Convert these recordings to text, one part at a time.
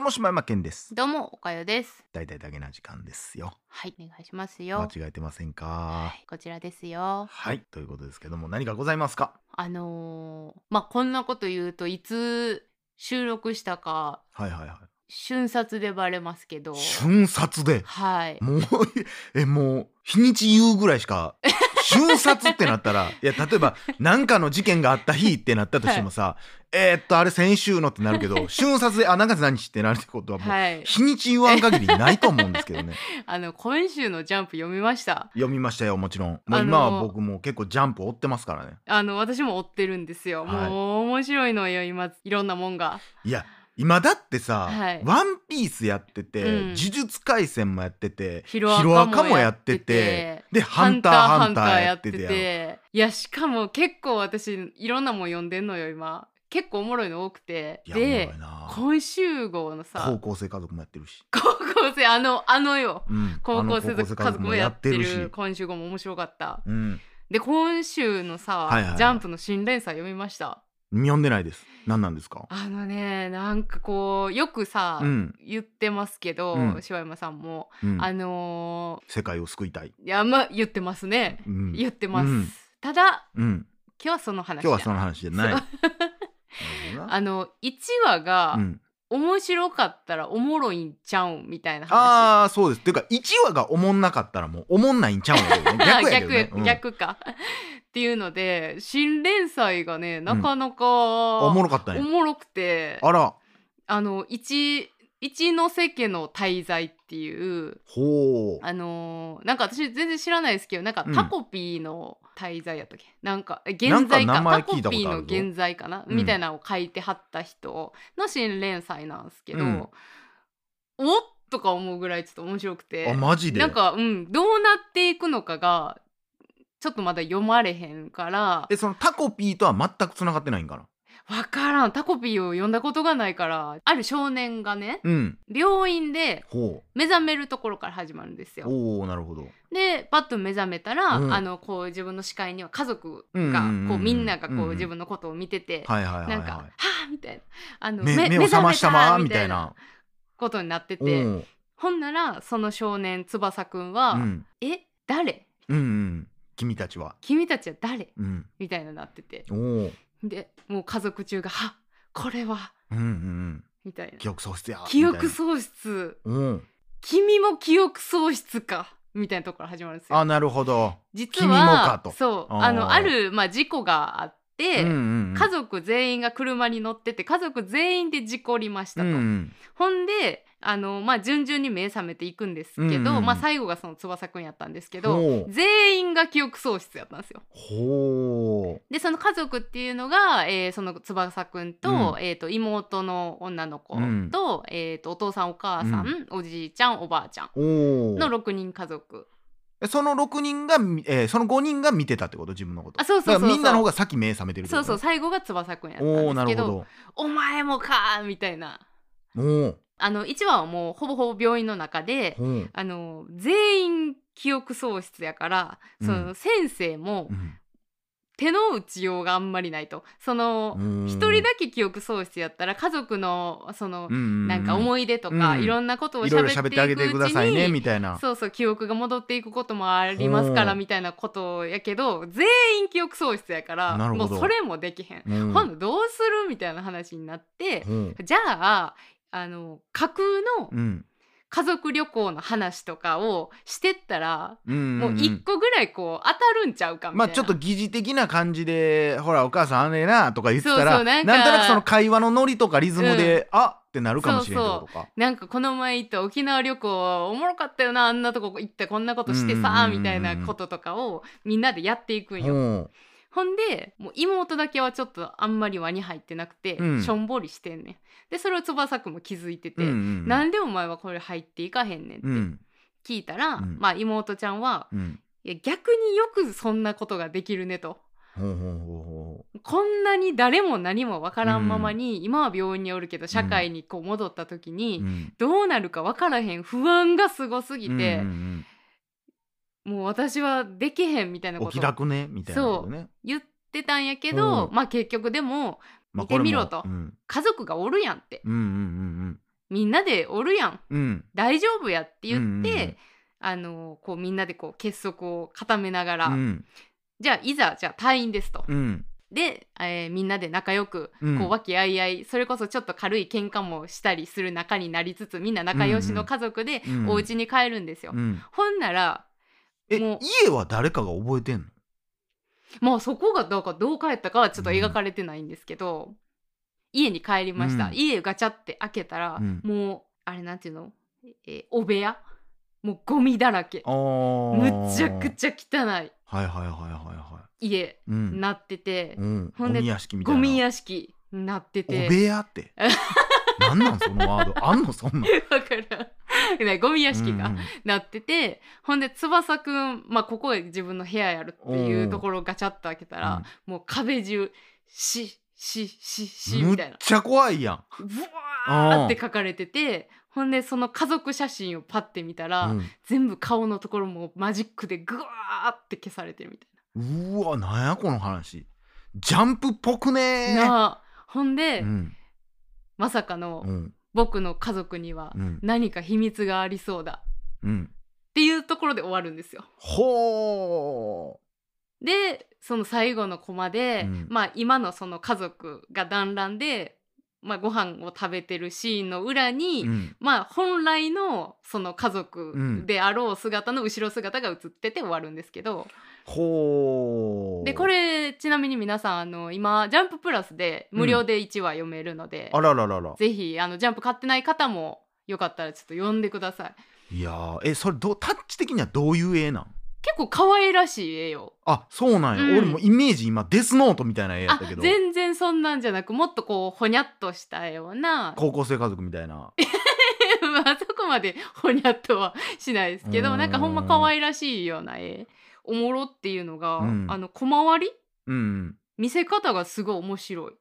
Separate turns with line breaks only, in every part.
も島山健です
どうも、おかよです。
大体だけな時間ですよ
はい、お願いしますよ。
間違えてません
は
か
い、こちらですよ。
はいということですけども何かございますか
あのーまあ、こんなこと言うといつ収録したか
はいはいは
瞬殺でバレますけど
い。瞬殺で
はい。
もうえもう日にち言うぐらいしか瞬殺ってなったらいや例えば何かの事件があった日ってなったとしてもさ、えーっとあれ先週のってなるけど瞬殺であ何月何日ってなるってことはもう、
はい。
日にち言わん限りないと思うんですけどね
あの今週のジャンプ読みました。
読みましたよもちろんも
あの
う今は僕も結構ジャンプ追ってますからね
あの私も追ってるんですよ。
はい
もう面白いのよ今いろんなもんが。
いや今だってさ、
はい
ワンピースやってて、
うん
呪術廻戦もやってて、
ヒロアカもやって
ヒロアカもやって
て。
で、ハンターハンターやってて
ハン
や
ターハンター
ろ。
やってていやしかも結構私いろんなもん読んでんのよ今結構おもろいの多くて
いや、おも
で
ろいな
今週号のさ
高校生家族もやってるし。
高校生あのあのよ
うん
高校生
あの
家族もやってる
やってるし
今週号も面白かった
うん。
で今週のさ、
はいはいはい
ジャンプの新連載読みました
読んでないです。何なんですか
あのねなんかこうよくさ、
うん。
言ってますけど、
うん
柴山さんも、
うん。
あの
世界を救いたい。
ーいやまあ言ってますね、
うん。
言ってます、
うん
ただ
うん。
今日はその話
今日はその話じゃない。な
そ
るほどな
あの1話が
うん、
面白かったらおもろいんちゃうんみたいな話、
ああそうですっていうか1話がおもんなかったらもうおもんないんちゃうんやけど ね逆やけどね、
逆逆か っていうので新連載がねなかなか
うん、お
お
も
も
ろかったんや
ろくてあ
あら
の一一ノ瀬家の滞在っていう
ほう
あのーなんか私全然知らないですけどなんか
うん
タコピーの滞在やったっけ、なんかえ
なん
現
か
在
名
か
前
タ
聞
コ
い
ピ
たことあるぞ
ーの現在かな、
うん
みたいなのを書いてはった人の新連載なんですけど、
うん
おっとか思うぐらいちょっと面白くて
あマジで
なんか、うん、どうなっていくのかがちょっとまだ読まれへんから
えそのタコピーとは全くつながってないんかな
わからんタコピーを読んだことがないからある少年がね
うん
病院で
ほ
目覚めるところから始まるんです
う
よ。
おおなるほど
でパッと目覚めたら、
うん
あのこう自分の視界には家族
うん
が
うんうんうん
こうみんながこ
うんう
うん自分のことを見てて、
はいはいはい
なんか「は
は
あ」みたいなあ
い
の
目目を覚ましたまーみたいな
ことになって
お
て
ー
ほんならその少年翼くんは「
うん
え誰
うんうん君たちは
君たちは誰?
うん」
みたいななってて
おお
でもう家族中が「はこれは
うんうんうん」
みたいな
記憶喪失や
記憶喪失
みたいなうん
君も記憶喪失かみたいなとこから始まるんですよ
あ。なるほど
実
君もか
は
と
そう
あー
あのある、まあ、事故があって、
うんうんうん
家族全員が車に乗ってて家族全員で事故りました
う
と、
んうん
ほんであの、まあ、順々に目覚めていくんですけど、
うんうん
まあ、最後がその翼くんやったんですけど
ほう
全員が記憶喪失やったんですよ。
ほ
でその家族っていうのが、えーその翼くんと,、えー、と妹の女の子と,、
うん
えー、とお父さんお母さん、
う
おじいちゃんおばあちゃん
うお
の
お
6人家族。
その六人がみえーその五人が見てたってこと自分のこと
あそうそうそう
だか
そう
らみんなの方が先目覚めてるって
そ
こ
うそ
と
う最後が翼くんやったん
おお
で
な
すけ
る
ど
ほ
お前もかーみたいな
どおお
あの1話はもうほぼほぼ病院の中で
ほう
あの全員記憶喪失やからその先生も
うん
手の打ちようがあんまりないとその
うん
一人だけ記憶喪失やったら家族のその
な
なんか思い出とか
うん
いろんなことを
いろいろ喋
喋っ
ってあ
て
げ
いく
てく
う
だ
ち
さいね
に
みたいな。
そうそう記憶が戻っていくこともありますから
ほう
みたいなことやけど全員記憶喪失やから
なるほ
も
ど
うそれもできへん。
うん
今度どうするみたいな話になって
うん
じゃああの架空の
うん
家族旅行の話とかをしてったら、
うん
もう一個ぐらいこう当たるんちゃうかみた
ま
いな。
あちょっと疑似的な感じでほらお母さんあれなとか言ってたら
そうそう
な
なんん
と
か
なくその会話のノリとかリズムで、あってなるかもしれんってことか。
なんかこの前行った沖縄旅行おもろかったよなあんなとこ行ってこんなことして
うんうん
さ、
うんうん
みたいなこととかをみんなでやっていくんよ。
うん
ほんでもう妹だけはちょっとあんまり輪に入ってなくて、
うん
しょんぼりしてんねん。でそれを翼くんも気づいてて、
うんうん
なんでお前はこれ入っていかへんねんっ
う
て
ん
聞いたら、
うん
まあ妹ちゃんは
うん
いや逆によくそんなことができるねと。
ほうほうほうほ
こんなに誰も何もわからんままに、今は病院におるけど社会にこう戻った時に、
ううん
どうなるかわからへん不安がすごすぎて
うんう、ん
もう私はできへんみたいな
うんお
こ
気
と
楽ねみたいなことね。
言ってたんやけど、
うん
まあ結局でも
まあ
見てみろ
こ
と
れもうん
家族がおるやんって
うんうんうん
みんなでおるやん
うん
大丈夫やって言っ
う
て、
んうんうん
あのこうみんなでこう結束を固めながら、
うん
じゃあいざじゃあ退院ですと、
うん
で、えーみんなで仲良く
うん
こう和気あいあい、それこそちょっと軽い喧嘩もしたりする仲になりつつみんな仲良しの家族で
うんうん
お家に帰るんですよ。
うん
ほんなら
え
もう
家は誰かが覚えてんの
まあそこがどうかどう帰ったかはちょっと描かれてないんですけど、家に帰りました、
うん
家ガチャって開けたら、
うん
もうあれなんていうの、えーお部屋もうゴミだらけ
あー
むちゃくちゃ汚い
はいはいはいはいは
家
いうん
なってて、
うん
ほ
ゴ
んで
ミ屋敷みたい
ゴ
な
ミ屋敷になって
お
て
部屋ってなんなんそのワードあんのそんなん
だからん ねゴミ屋敷
う
が
ん
なってて、ほんで翼くん、まあ、ここへ自分の部屋やるってい
お
う
う
ところをガチャッと開けたら、もう壁中「しししし」
む
み
った
いな
ちゃ怖いやん
「ブワー」って書かれててほんでその家族写真をパッて見たら、全部顔のところもマジックでグワーって消されてるみたい
うんうわなんやこの話ジャンプっぽくね
な。
ー
なあほんで、
うん
まさかの、
うん
僕の家族には
うん
何か秘密がありそうだ」
うん
っていうところで終わるんですよ。
ほ
でその最後のコマで、
うん
まあ今のその家族が団らんで、まあ、ご飯を食べてるシーンの裏に、
ーうん
まあ本来のその家族であろう姿の後ろ姿が映ってて終わるんですけど、
ほー
でこれちなみに皆さんあの今「ジャンププラスで無料で1話読めるので、
あらららら
ぜひあのジャンプ買ってない方もよかったらちょっと読んでください。
いやーえそれどうタッチ的にはどういう絵なん
結構可愛らしい絵よ。
あそうなんや、
うん
俺もイメージ今デスノートみたいな絵や
あ
ったけど
全然そんなんじゃなくもっとこうほにゃっとしたような
高校生家族みたいな
まあそこまでほにゃっとはしないですけ
うー
ど
ん
なんかほんま可愛らしいような絵おもろっていうのが、
うん
あの小回り
うんうん
見せ方がすごい面白い。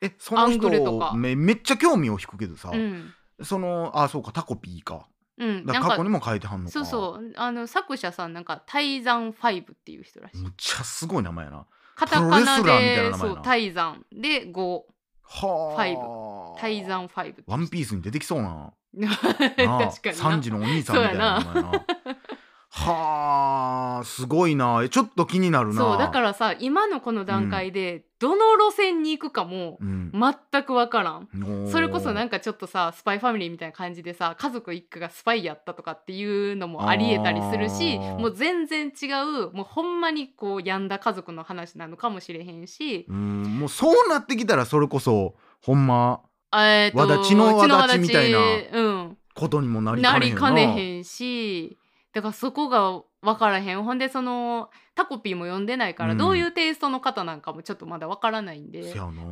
えその
アングルと
人
か
めめっちゃ興味を引くけどさ、
うん
そのあそうかタコピーか
うん、
だ
な
か
ん
ら過去
か
にも書いてはんのか
そうそうあの作者さんなんか「タイザンファイブっていう人らしい。
むっちゃすごい名前やな
カタ
プロ
カナ
レスラーみたいな名前
で
な
そう「タイザン」で5
はあ
「タイザンファイブ
ワンピースに出てきそうな
確
なあ
かに
三
な
時のお兄さんみたいな名前な はあすごいなえちょっと気になるな
そうだからさ今のこの段階でどの路線に行くかも
うん
全く分からん、それこそなんんかちょっとさスパイファミリーみたいな感じでさ家族一家がスパイやったとかっていうのもありえたりするし
あー
もう全然違うもうほんまにこう病んだ家族の話なのかもしれへんし、
うんもうそうなってきたらそれこそほんま
えー、と
わだちのわだちみたいな
うちのわだち
ことにもな
うん、
り
な
かねへ
り
ん
かね
ん
へんしだからそこが分からへんほんでそのタコピーも読んでないから、
うん
どういうテイストの方なんかもちょっとまだ分からないんで。
せやな、
ん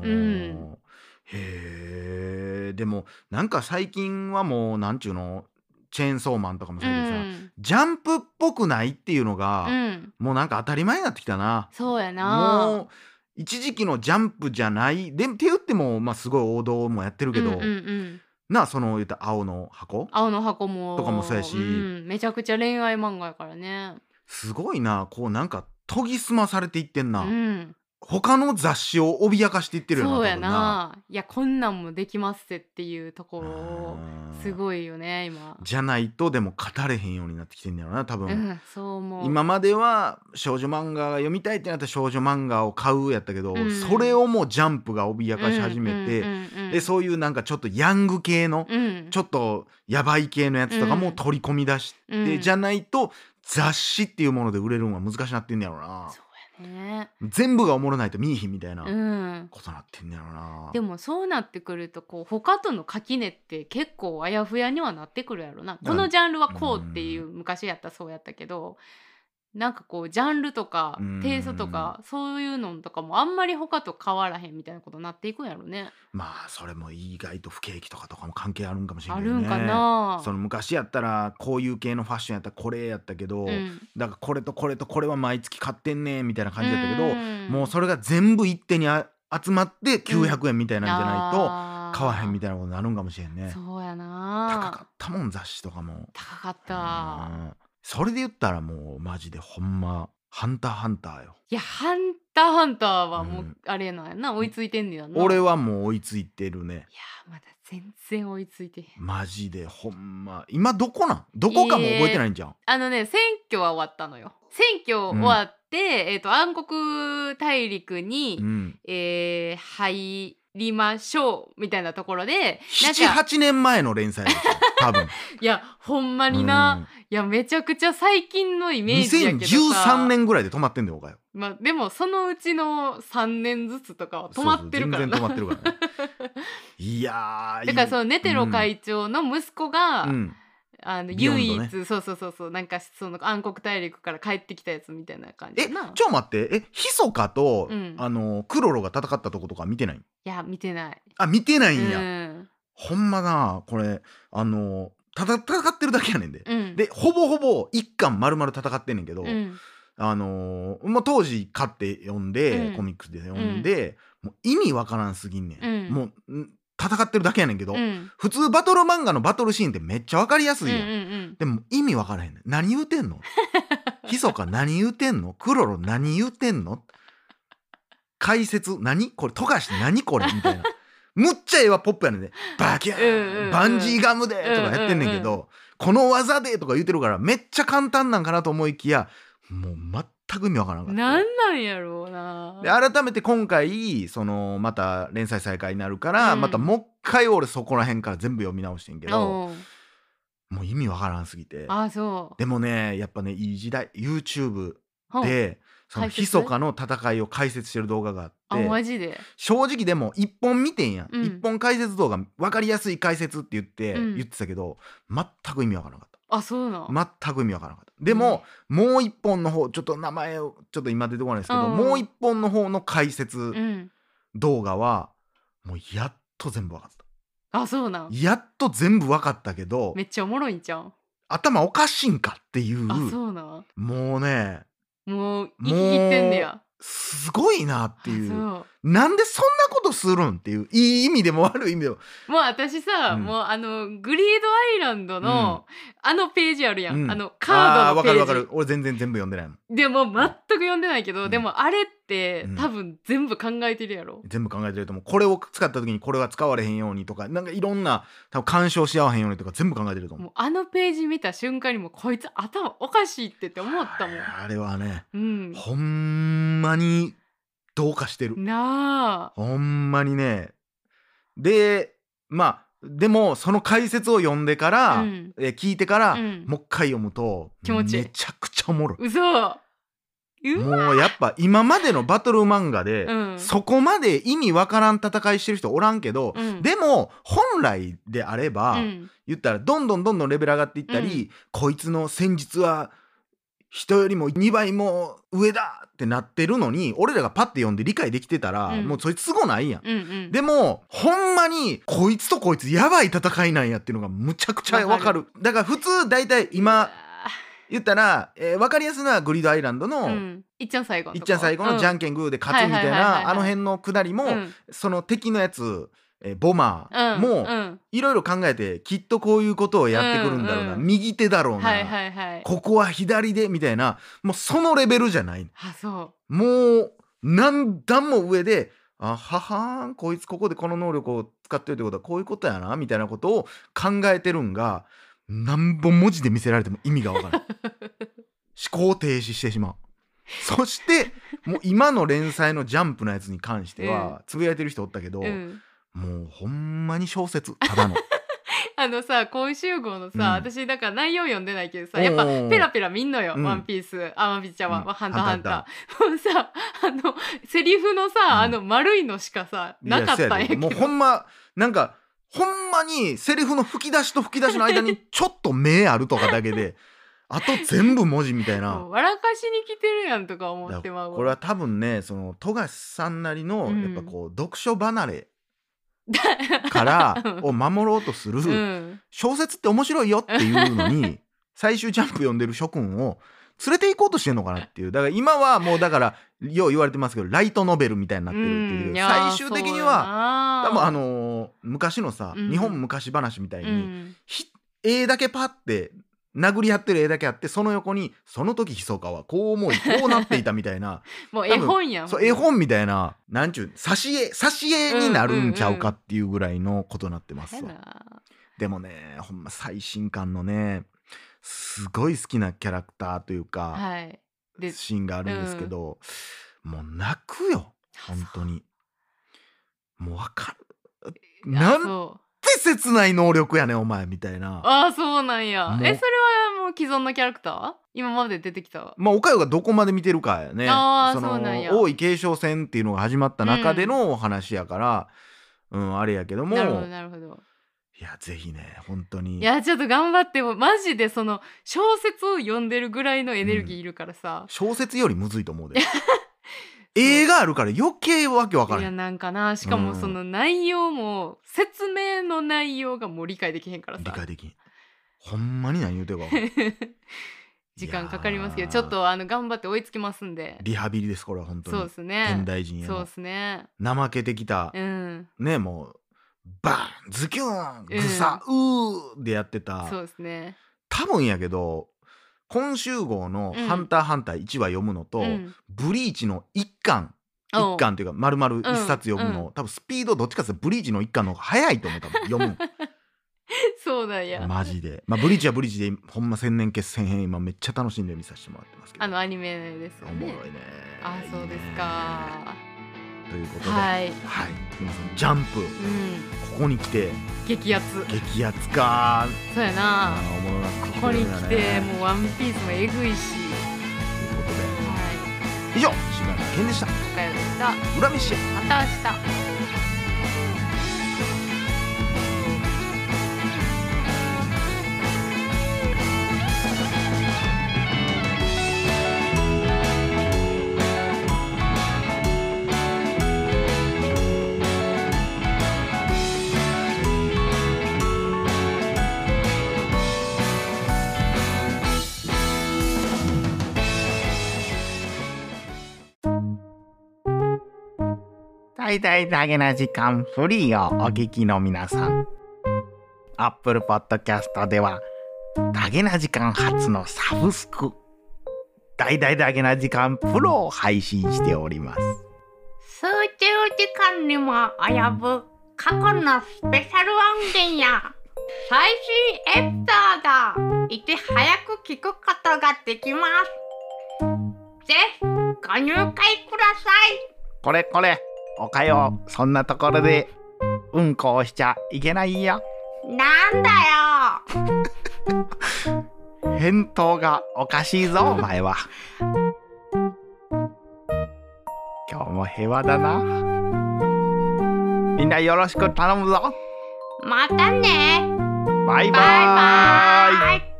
へえでもなんか最近はもうなんちゅうのチェーンソーマンとかもそうやけどさ、
うん
ジャンプっぽくないっていうのが、
うん、
もうなんか当たり前になってきたな。
そうや
も
な
う一時期のジャンプじゃないでって言っても、まあ、すごい王道もやってるけど、
うんうんうん、
なあその言ったら青の箱
青の箱も
とかもそうやし
んめちゃくちゃ恋愛漫画やからね
すごいなこうなんか研ぎ澄まされていってんな、
うん
他の雑誌を脅かしていってるよな
そうやないやこんなんもできますぜっていうとこ
多分な
ろ
うん
すごいよね今
じゃないとでも語れへんようになってきてんだよな多
う
分、
んそう思う
今までは少女漫画が読みたいってなったら少女漫画を買うやったけど、
うん
それをもうジャンプが脅かし始めて、
うんうんうん
でそういうなんかちょっとヤング系の、
うん
ちょっとやばい系のやつとかも
うん
取り込み出して、
うん
じゃないと雑誌っていうもので売れるのは難しなってんねやろな
そうやね
全部がおもろないと見えひんみたいな
うん
ことなってんねやろな、
でもそうなってくるとこう他との垣根って結構あやふやにはなってくるやろなこのジャンルはこうっていう昔やったらそうやったけどなんかこうジャンルとか
うん
テイストとかそういうのとかもあんまり他と変わらへんみたいなことになっていくんやろね。
まあそれも意外と不景気とかとかも関係あるんかもしれ
あ
ない
る
よ
ん
ね
かな
その昔やったらこういう系のファッションやったらこれやったけど、
うん
だからこれとこれとこれは毎月買ってんねみたいな感じだったけど、
ん
もうそれが全部一手にあ集まって900円みたいなんじゃない
あ
と
ー
買わへんみたいなことになるんかもしれんね。
そうや
高
な
かったもん雑誌とかも。
高かっ
う
た
んそれで言ったらもうマジでほんま「ハンターハンター」よ。
いやハンターハンターは
う
もうんあれなんやな、追いついてんねやんな
俺
いや
はもう追いついてるね
ーまだ全然追いついてへん
マジでほんま今どこなんどこかも覚えてないんじゃん、
あのね選挙は終わったのよ選挙終わって、えっ、と暗黒大陸に、
うん、
えー入りましょうみたいなところでなんか
78年前の連載やでしょ多 分
いやほんまにな、いやめちゃくちゃ最近のイ
うん
メージやけどさ
2013年ぐらいで止まってんだよおかよ
まあでもそのうちの3年ずつとかは止まってるから
そう
な
そう全然止ま ってるからねいやー
だからそ
い
のネテロ会長の息子が、
いうん
あの
ビヨンドね
唯一、そうそうそうそうなんかその暗黒大陸から帰ってきたやつみたいな感じ
え
やな
ちょ待ってえひそかと、
うん
あのクロロが戦ったとことか見てない
いや見てない
あ見てない
うん
や、
ん
ほんまなこれあのただ戦ってるだけやねんで、
うん
でほぼほぼ一巻丸々戦ってんねんけど、
うん
あのーまあ、当時買って読んで、
うん
コミックスで読んで、もう意味わからんすぎんねん、
うん
もうん戦ってるだけやねんけど、
うん
普通バトル漫画のバトルシーンってめっちゃわかりやすいやん、
うんうん
でも意味わからへんねん何言うてん のひそか何言うてんのクロロ何言うてんの解説何これ富樫何これみ たいなむっちゃ絵はポップやねんで、バキャーン、
うんうんうん
バンジーガムでとかやってんねんけど、
うんう
この技でとか言うてるからめっちゃ簡単なんかなと思いきやもう全く意味わからん
う
か
ん
った
なんなんやろうな
で改めて今回そのまた連載再開になるから、
うん
またもう一回俺そこら辺から全部読み直してんけど、
うん
もう意味わからんすぎて
あそう
でもねやっぱねいい時代 YouTube
ほう
でその
解説
ひそかの戦いを解説してる動画があっ
あマ
て
ジで
正直でも一本見てんやん、
うん
一本解説動画分かりやすい解説って言って、
うん
言ってたけど全く意味わからなかった
あそうなん、
全く意味わからなかったでも、もう一本の方ちょっと名前をちょっと今出てこないですけど、
うん
もう一本の方の解説
うん
動画はもうやっと全部分かった
あそうなん
やっと全部分かったけど
めっちゃおもろいんちゃう
頭おかしいんかっていう
あそうなん
もうね
もう生き切ってんねや
すごいなっていう
あそう
なんでそんなことするんっていういい意味でも悪い意味でも
もう私さ、
うん
もうあのグリードアイランドの、あのページあるやん、
うん
あのカードのペ
あわか
ージ
るわかる俺全然全部読んでないもん
でも全く読んでないけど、
うん
でもあれって、
うん
多分全部考えてるやろ
全部考えてると思うこれを使った時にこれは使われへんようにとかなんかいろんな多分干渉し合わへんようにとか全部考えてると思う
もうあのページ見た瞬間にもうこいつ頭おかしいってって思ったもん
あれはね
うん
ほんまにどうかしてる
なあ
ほんまにね。で、まあ、でも、その解説を読んでから、
うん
え聞いてから、
うん
もう一回読むと、
気持ちいい
めちゃくちゃおもろい。
嘘うわ
もうやっぱ今までのバトル漫画で、
うん
そこまで意味わからん戦いしてる人おらんけど、
うん
でも本来であれば、
うん
言ったらどんどんどんどんレベル上がっていったり、こいつの戦術は人よりも2倍も上だってなってるのに俺らがパッて読んで理解できてたら、
うん
もうそいつすごないやん、
うんうん
でもほんまにこいつとこいつやばい戦いなんやっていうのがむちゃくちゃわかるだから普通大体今言ったら、えー、分かりやすいのはグリードアイランド
う
の、
わうんいっちゃん最後の
いっちゃん最後の「じゃんけんグー」で勝つみたい
はいはいはいはい
なあの辺のくだりも、
うんうん
その敵のやつ、えーボマー
うん
も、
うん
いろいろ考えてきっとこういうことをやってくるんだろうな、
うんうん
右手だろうな、
はいはいはい
ここは左でみたいなもうそのレベルじゃない
あそう
もう何段も上で「あははーんこいつここでこの能力を使ってるってことはこういうことやな」みたいなことを考えてるんが何本文字で見せられても意味がわ からない思考停止してしまう。そしてもう今の連載の「ジャンプ」のやつに関してはつぶやいてる人おったけど、
うん
もうほんまに小説ただの。
あのさ今集合のさ、
うん
私だから内容読んでないけどさやっぱ
おー
ペラペラ見んのよ「
うん
ワンピースあワンピースちゃんは、
うん
ハンター
ハ
ハ
ン
ン
ター
ター」もうさあのセリフのさ、
ん
あの丸いのしかさ
いや
なかったんや
そ
け
うも
ど
うほんまなんかほんまにセリフの吹き出しと吹き出しの間 にちょっと目あるとかだけであと全部文字みたい
も
な
う。笑かしに来てるやんとか思
だ
っ
か
て
ら
まうわ
これは多分ねその富樫さんなりの
うん
やっぱこう、読書離 れからを守ろうとする、
うん、
小説って面白いよっていうの に最終ジャンプ読んでる諸君を連れて行こうとしてんのかなっていうだから今はもうだからよう言われてますけどライトノベルみたいになってるっていう、
うんいやー
最終的には多
そうやな
分あのー昔のさ、
うん
日本昔話みたいに、
うん
ひ絵だけパッて殴り合ってる絵だけあってその横にその時ひそかはこう思いこうなっていたみたい な
もう絵本やん
そう絵本みたいななんちゅう挿絵挿絵になるんちゃうかっていうぐらいのことになってますわ、
変な
でもねほんま最新刊のねすごい好きなキャラクターというか、
はいで
シーンがあるんですけど、もう泣くよ本当にもうわかるな
あ
んて
そう
切ない能力やねんお前みたいな
あーそうなんや
もう
えそれはもう既存のキャラクター今まで出てきた
まあ、おかゆがどこまで見てるかやね
あ
の
ーそうなんや
王位継承戦っていうのが始まった中でのお話やから、うんあれやけども
なるほどなるほど
いやぜひね本当に
いやちょっと頑張ってもうマジでその小説を読んでるぐらいのエネルギーいるからさ、
小説よりむずいと思うで 映画あるから余計わけわから
い
へ
や
ん
なんかなしかもその内容も説明の内容がもう理解できへんから
理
さ
解できんほんまに何言うてるか分からん
時間かかりますけど
い
ち
やー
ょっとあの頑張って追いつきますんで
リハビリですこれは本当に
そうですね
現代人へ
そう
の
ですね
怠けてきた、
うん
ねもうバーンズキューングサ、うーでやってた
そうですね
多分やけど今週号の
う
「
ん
ハンターハンター」1話読むのと、
うん
ブリーチの1巻
お
1
う
巻というか丸々1冊読むの、
うん
多分スピードどっちかっていうとブリーチの1巻の方が早いと思う多分読 む
そうなんや
マジで、まあ、ブリーチはブリーチでほんま千年決戦編今めっちゃ楽しんで見させてもらってますけど
あのアニメですよ
おも
ね
ろいね
あ
いいね
そうですか
ということで、はい
はい、
皆さんジャンプ
うん
ここに来て
激アツ
激アツか
そうやな
あーおもろなってき
ここ
てる
に
よ
来
ね
てもう「ワンピースもえぐいし
ということで
は
以上柴山健でした
い岡山でした
裏飯や
また明日
大々だけな時間フリーをお聞きの皆さん Apple Podcast ではだけな時間初のサブスク大々だけな時間プロを配信しております
数十時間にも及ぶ過去のスペシャル音源や最新エピソードをいち早く聞くことができます。ぜひご入会ください。
これこれおかよそんなところでうんこをしちゃいけないよ
なんだよ
返答がおかしいぞお前は今日も平和だなみんなよろしく頼むぞ
またね
バイ
バイ
バ
バ
ーイ
ーイ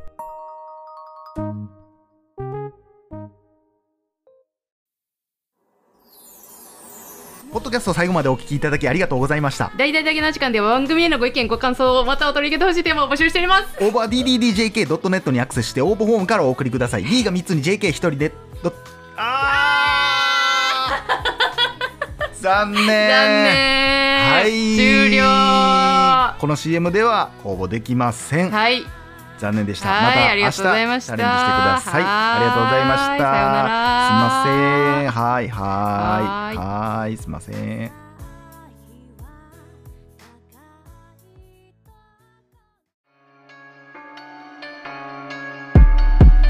ポッドキャスト最後までお聞きいただきありがとうございました
大々だけの時間では番組へのご意見ご感想またお取り上げてほしいテーマを募集しております
オーバー DDDJK.net にアクセスして応募フォームからお送りください D が3つに JK1 人でどあー 残念
残念、
はい
終了は
この CM では応募できません、
い
残念でした
はい
また
あり
明
が
日チ
とう
ャ
ご
レ
ざい
ン
ま
ジ
し
して
た
くださいありがとうございましたすいませ
はいさようなら
んはいは
はいい
はいすいません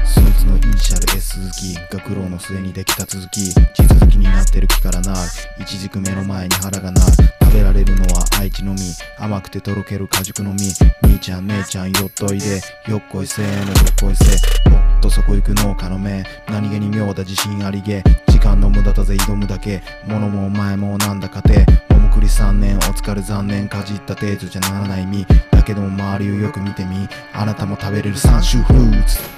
スーツのイニシャル S 続き学労の末にできた続き地続きになってる木からなる一軸目の前に腹がなる食べられるのは愛知のみ甘くてとろける果熟の実兄ちゃん姉ちゃんよっといでよっこいせーのよっこいせもっとそこ行く農家の目何気に妙だ自信ありげ時間の無駄だぜ挑むだけ物もお前もなんだかて桃栗3年お疲れ残念かじった程度じゃならない身だけども周りをよく見てみあなたも食べれる三種フルーツ